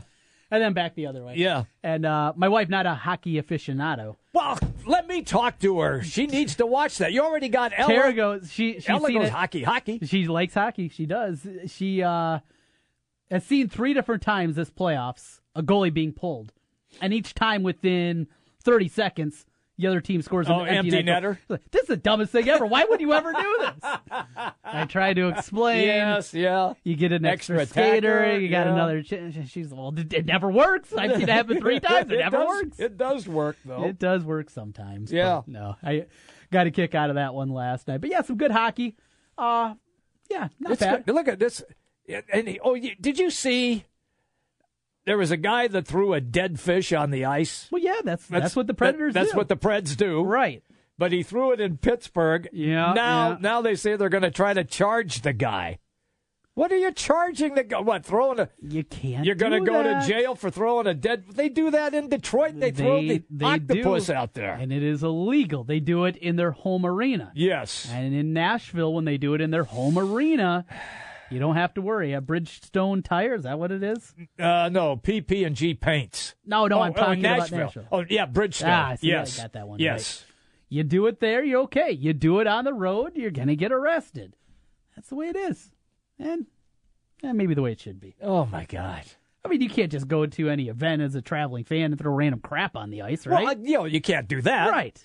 And then back the other way. Yeah. And uh, my wife, not a hockey aficionado. Well, let me talk to her. She needs to watch that. You already got Ella. Tara goes. She she's Ella seen goes it. hockey, hockey. She likes hockey. She does. She uh, has seen three different times this playoffs a goalie being pulled, and each time within thirty seconds, the other team scores Oh, an empty, empty net goal. netter? She's like, This is the dumbest thing ever. Why would you ever do this? I tried to explain. Yes, yeah. You get an extra, skater. attacker, you got yeah. another. Ch- she's well. It, it never works. I've seen it happen three times. It, never does- works. It does work though. It does work sometimes. but Yeah. No, I got a kick out of that one last night. But yeah, some good hockey. Uh yeah, not It's bad. good. Look at this. Yeah, And he- oh, you- did you see? There was a guy that threw a dead fish on the ice. Well, yeah, that's that's, what the Predators That's do. what the Preds do, right? But he threw it in Pittsburgh. Yeah, Now, yeah. now they say they're going to try to charge the guy. What are you charging the guy? What throwing a? You can't. You're going to do go that. to jail for throwing a dead. They do that in Detroit. They, throw the they octopus do, out there. and it is illegal. They do it in their home arena. Yes. And in Nashville, when they do it in their home arena, you don't have to worry. A Bridgestone tire is that what it is? Uh, no, PP and G paints. No, no, Oh, I'm oh, talking about Nashville. Nashville. Oh yeah, Bridgestone. Ah, I see, I yes, got that one Yes. You do it there, you're okay. You do it on the road, you're gonna get arrested. That's the way it is, and eh, maybe the way it should be. Oh my God. I mean, you can't just go to any event as a traveling fan and throw random crap on the ice, right? Well, I- you know, you can't do that. right.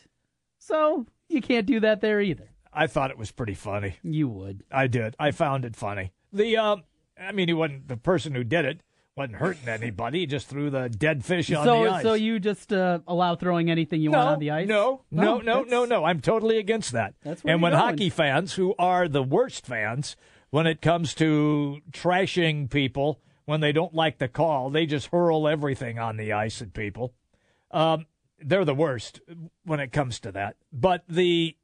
So you can't do that there either. I thought it was pretty funny. You would. I did. I found it funny. The uh, I mean, he wasn't the person who did it. wasn't hurting anybody. He just threw the dead fish on so, the ice. so you just uh, allow throwing anything you no, want on the ice? Oh, No, no, no, that's- no, no. I'm totally against that. That's where and you're when going. hockey fans, who are the worst fans when it comes to trashing people when they don't like the call, they just hurl everything on the ice at people. Um, they're the worst when it comes to that. But the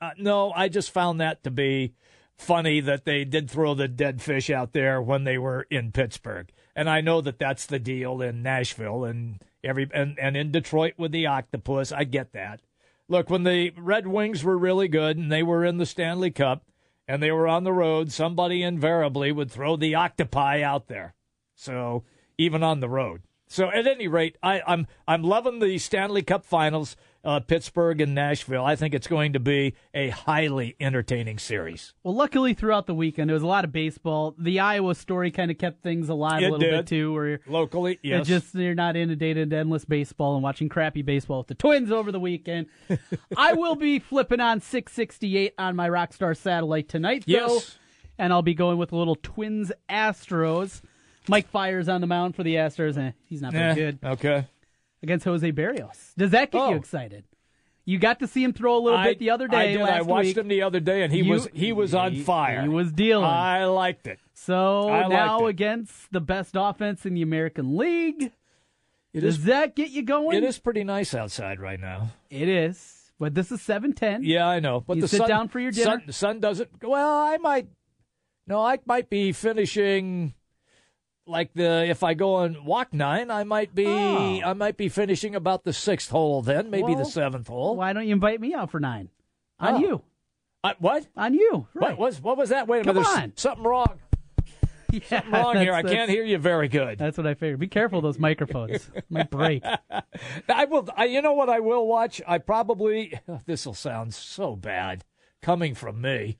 uh, no, I just found that to be funny that they did throw the dead fish out there when they were in Pittsburgh. And I know that that's the deal in Nashville and every and, and in Detroit with the octopus. I get that. Look, when the Red Wings were really good and they were in the Stanley Cup and they were on the road, somebody invariably would throw the octopi out there. So even on the road. So at any rate, I, I'm I'm loving the Stanley Cup Finals, uh, Pittsburgh and Nashville. I think it's going to be a highly entertaining series. Well, luckily, throughout the weekend, there was a lot of baseball. The Iowa story kind of kept things alive a It little did. bit, too, where Locally, yes, It just you're not inundated in endless baseball and watching crappy baseball with the Twins over the weekend. I will be flipping on 668 on my Rockstar satellite tonight, though, Yes. and I'll be going with a little Twins Astros. Mike fires on the mound for the Astros, and he's not very Eh, good Okay, against Jose Barrios. Does that get you Oh. excited? You got to see him throw a little I- bit the other day. I did. Last I watched week. him the other day, and he You- was he was on he- fire. he was dealing. I liked it. So I liked now it. against the best offense in the American League, It does is- that get you going? It is pretty nice outside right now. It is. But this is seven ten. Yeah, I know. But You the sit sun, down for your dinner? Sun, the sun doesn't. Well, I might. No, I might be finishing. Like the if I go and walk nine, I might be Oh. I might be finishing about the sixth hole then, maybe Well, the seventh hole. Why don't you invite me out for nine? On Oh. you. I, what? On you. Right. What was what was that? Wait a Come minute. There's on. something wrong. Something Wrong here. I can't hear you very good. That's what I figured. Be careful of those microphones. Might break. I will. I, you know what? I will watch. I probably. This will sound so bad coming from me.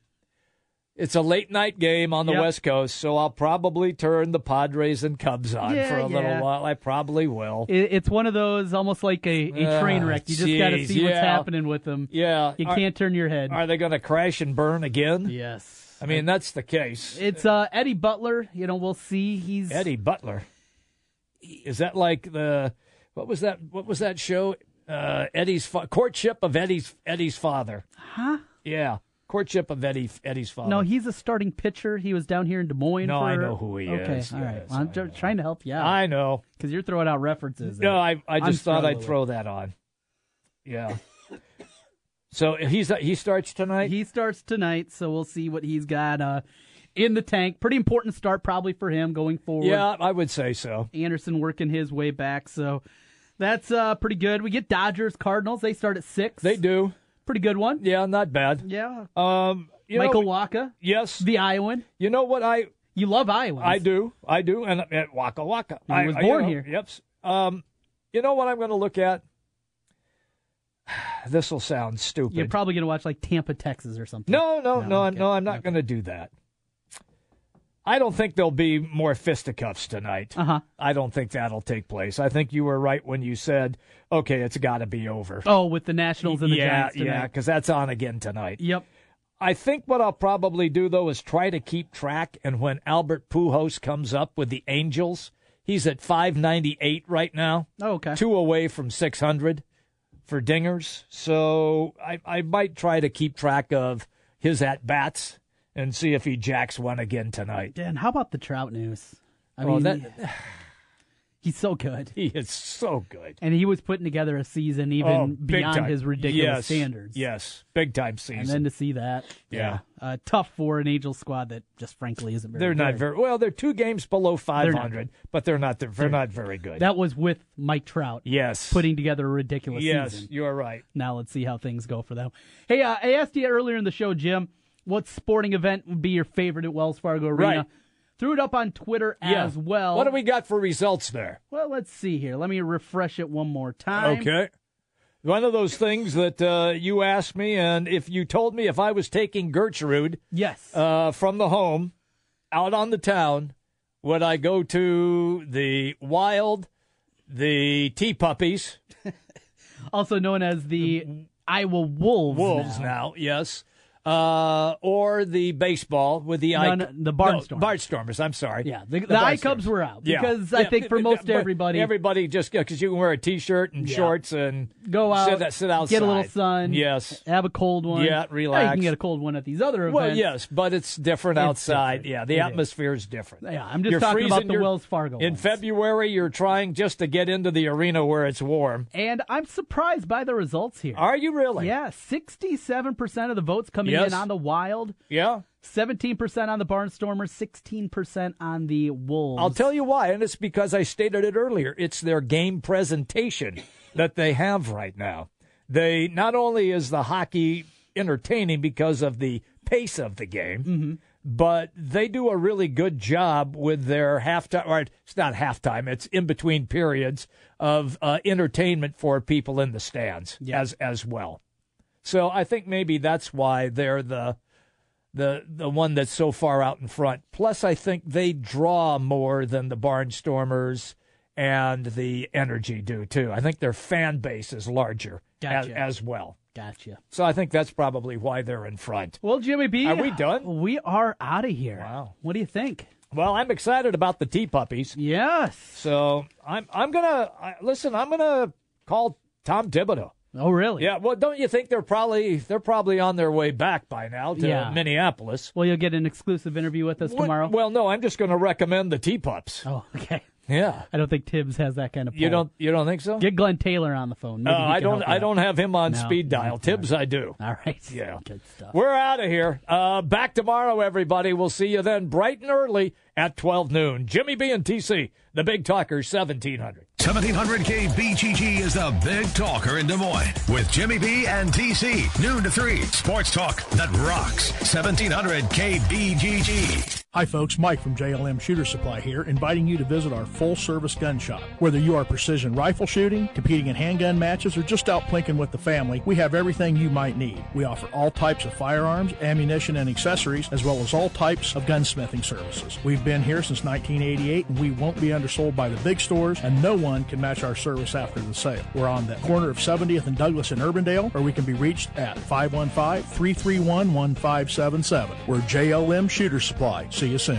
It's a late night game on the Yep. West Coast, so I'll probably turn the Padres and Cubs on Yeah, for a yeah. little while. I probably will. It, it's one of those almost like a, a train Ah, wreck. You just got to jeez, see what's yeah. happening with them. yeah, You Are- can't turn your head. Are they going to crash and burn again? Yes. I mean, that's the case. It's uh, Eddie Butler. You know, we'll see. He's Eddie Butler. Is that like the what was that? What was that show? Uh, Eddie's fa- courtship of Eddie's Eddie's father. Huh? Yeah, courtship of Eddie Eddie's father. No, he's a starting pitcher. He was down here in Des Moines. No, for- I know who he okay, is. all right. Yes, Well, I'm just trying to help you out. I know because you're throwing out references. No, that I I uh, I'm just thought struggling I'd with. throw that on. Yeah. so he's he starts tonight. He starts tonight, so we'll see what he's got uh, in the tank. Pretty important start probably for him going forward. Yeah, I would say so. Anderson working his way back, so that's uh, pretty good. We get Dodgers Cardinals. They start at six. They do. Pretty good one. Yeah, not bad. Yeah. Um, you Michael know- Waka. Yes, the Iowan. You know what I? You love Iowa. I do, I do, and at Waka Waka. He I was I- born you know, here. Yep. Um, you know what I'm going to look at? This will sound stupid. You're probably going to watch like Tampa, Texas, or something. No, no, no, I'm no, I'm not going to do that. I don't think there'll be more fisticuffs tonight. Uh-huh. I don't think that'll take place. I think you were right when you said, "Okay, it's got to be over." Oh, with the Nationals and the yeah, Giants. tonight. yeah, because that's on again tonight. Yep. I think what I'll probably do though is try to keep track. And when Albert Pujols comes up with the Angels, he's at 598 right now. Oh, okay. Two away from 600 for dingers. So I, I might try to keep track of his at bats and see if he jacks one again tonight. Dan, how about the Trout news? I Well, mean, that- he's so good. He is so good. And he was putting together a season even Oh, big beyond time. his ridiculous Yes, standards. Yes, big time season. And then to see that, Yeah. uh, tough for an Angel squad that just frankly isn't very. they're not good. very well. They're two games below not. 500, but they're not. They're, they're not very good. That was with Mike Trout. Yes. putting together a ridiculous yes, season. you are right. Now let's see how things go for them. Hey, uh, I asked you earlier in the show, Jim, what sporting event would be your favorite at Wells Fargo Arena? Right. Threw it up on Twitter Yeah. as well. What do we got for results there? Well, let's see here. Let me refresh it one more time. Okay. One of those things that uh, you asked me, and if you told me if I was taking Gertrude, yes, uh, from the home, out on the town, would I go to the Wild, the Tea Puppies, Also known as the Iowa Wolves. Wolves now. now, yes, uh, or the baseball with the No, I- no, the Barnstormers. Barnstormers. I'm sorry. Yeah, the, the I Cubs were out because I think for most but everybody- everybody just because you can wear a T-shirt and Yeah. shorts and go out, sit, sit outside, get a little sun. Yes, have a cold one. Yeah, Hey, You relax. can get a cold one at these other events. Well, yes, but it's different It's outside. different. Yeah, the It atmosphere is. different. Yeah, I'm just You're talking about freezing the your- Wells Fargo. In one. February, you're trying just to get into the arena where it's warm. And I'm surprised by the results here. Are you really? Yeah, 67% of the votes coming Yes. in on the Wild, Yeah. 17% on the Barnstormers, 16% on the Wolves. I'll tell you why, and it's because I stated it earlier. It's their game presentation that they have right now. They not only is the hockey entertaining because of the pace of the game, but they do a really good job with their halftime. Or it's not halftime; it's in between periods of uh, entertainment for people in the stands as as well. So I think maybe that's why they're the the the one that's so far out in front. Plus, I think they draw more than the Barnstormers and the Energy do too. I think their fan base is larger Gotcha. as, as well. Gotcha. So I think that's probably why they're in front. Well, Jimmy B. Are we done? We are out of here. Wow. What do you think? Well, I'm excited about the tea puppies. Yes. So I'm I'm gonna I, listen. I'm gonna call Tom Thibodeau. Oh, really? Yeah. Well, don't you think they're probably they're probably on their way back by now to Yeah. Minneapolis? Well, you'll get an exclusive interview with us tomorrow. Well, no, I'm just going to recommend the tea pups. Oh, okay. Yeah. I don't think Tibbs has that kind of. You pull. don't you don't think so? Get Glenn Taylor on the phone. Maybe Uh, he I can don't. help you I out. don't have him on No. speed dial. Tibbs, I do. All right. Yeah. Good stuff. We're out of here. Uh, back tomorrow, everybody. We'll see you then, bright and early at twelve noon. Jimmy B and TC, the Big Talker, seventeen hundred. 1700 KBGG is the big talker in Des Moines with Jimmy B and TC. Noon to 3. Sports talk that rocks. 1700 KBGG. Hi, folks. Mike from JLM Shooter Supply here, inviting you to visit our full service gun shop. Whether you are precision rifle shooting, competing in handgun matches, or just out plinking with the family, we have everything you might need. We offer all types of firearms, ammunition, and accessories, as well as all types of gunsmithing services. We've been here since 1988, and we won't be undersold by the big stores, and no one can match our service after the sale. We're on the corner of 70th and Douglas in Urbandale, or we can be reached at 515 331 1577. We're JLM Shooter Supply. See you soon.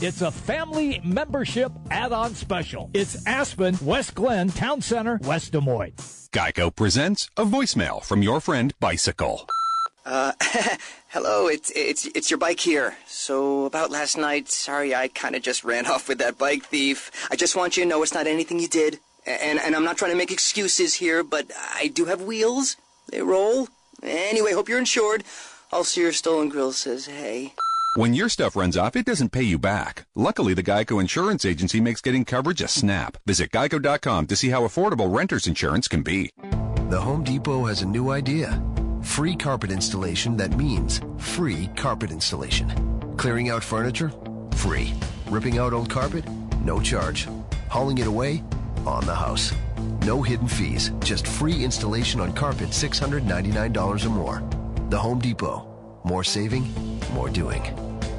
It's a family membership add on special. It's Aspen, West Glen, Town Center, West Des Moines. Geico presents a voicemail from your friend Bicycle. Uh, hello, it's it's it's your bike here. So about last night, sorry, I kind of just ran off with that bike thief. I just want you to know it's not anything you did, A- and and I'm not trying to make excuses here, but I do have wheels. They roll. Anyway, hope you're insured. Also, your stolen grill says, "Hey." When your stuff runs off, it doesn't pay you back. Luckily, the Geico Insurance Agency makes getting coverage a snap. Visit geico.com to see how affordable renter's insurance can be. The Home Depot has a new idea free carpet installation that means free carpet installation. Clearing out furniture? Free. Ripping out old carpet? No charge. Hauling it away? On the house. No hidden fees, just free installation on carpet $699 or more. The Home Depot. More saving, more doing.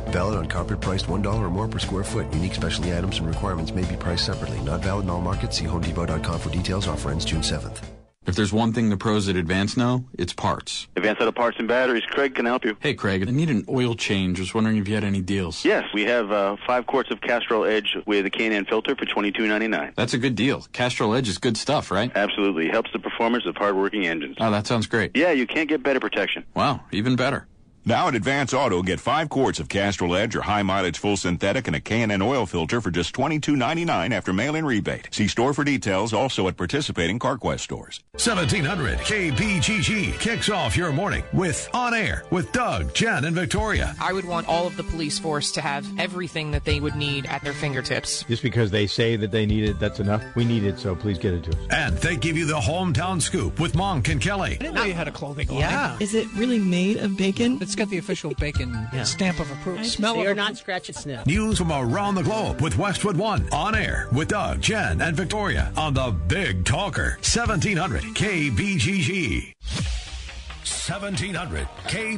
Valid on carpet priced $1 or more per square foot. Unique specialty items and requirements may be priced separately. Not valid in all markets. See HomeDepot.com for details. Offer ends June 7th. If there's one thing the pros at Advance know, it's parts. Advanced Auto Parts and Batteries. Craig can help you. Hey, Craig, I need an oil change. Was wondering if you had any deals. Yes, we have uh, five quarts of Castrol Edge with a K&N filter for twenty two ninety nine. That's a good deal. Castrol Edge is good stuff, right? Absolutely helps the performance of hardworking engines. Oh, that sounds great. Yeah, you can't get better protection. Wow, even better. Now at Advance Auto, get five quarts of Castrol Edge or high mileage full synthetic and a K&N oil filter for just $22.99 after mail-in rebate. See store for details also at participating CarQuest stores. 1700 KBGG kicks off your morning with On Air with Doug, Jen, and Victoria. I would want all of the police force to have everything that they would need at their fingertips. Just because they say that they need it, that's enough. We need it, so please get it to us. And they give you the hometown scoop with Monk and Kelly. I didn't know you had a clothing line. Is it really made of bacon? It's got the official bacon stamp of approval. Smell They of are approval. not scratch and sniff. News from around the globe with Westwood One on air with Doug, Jen, and Victoria on the Big Talker 1700 KBGG 1700 K.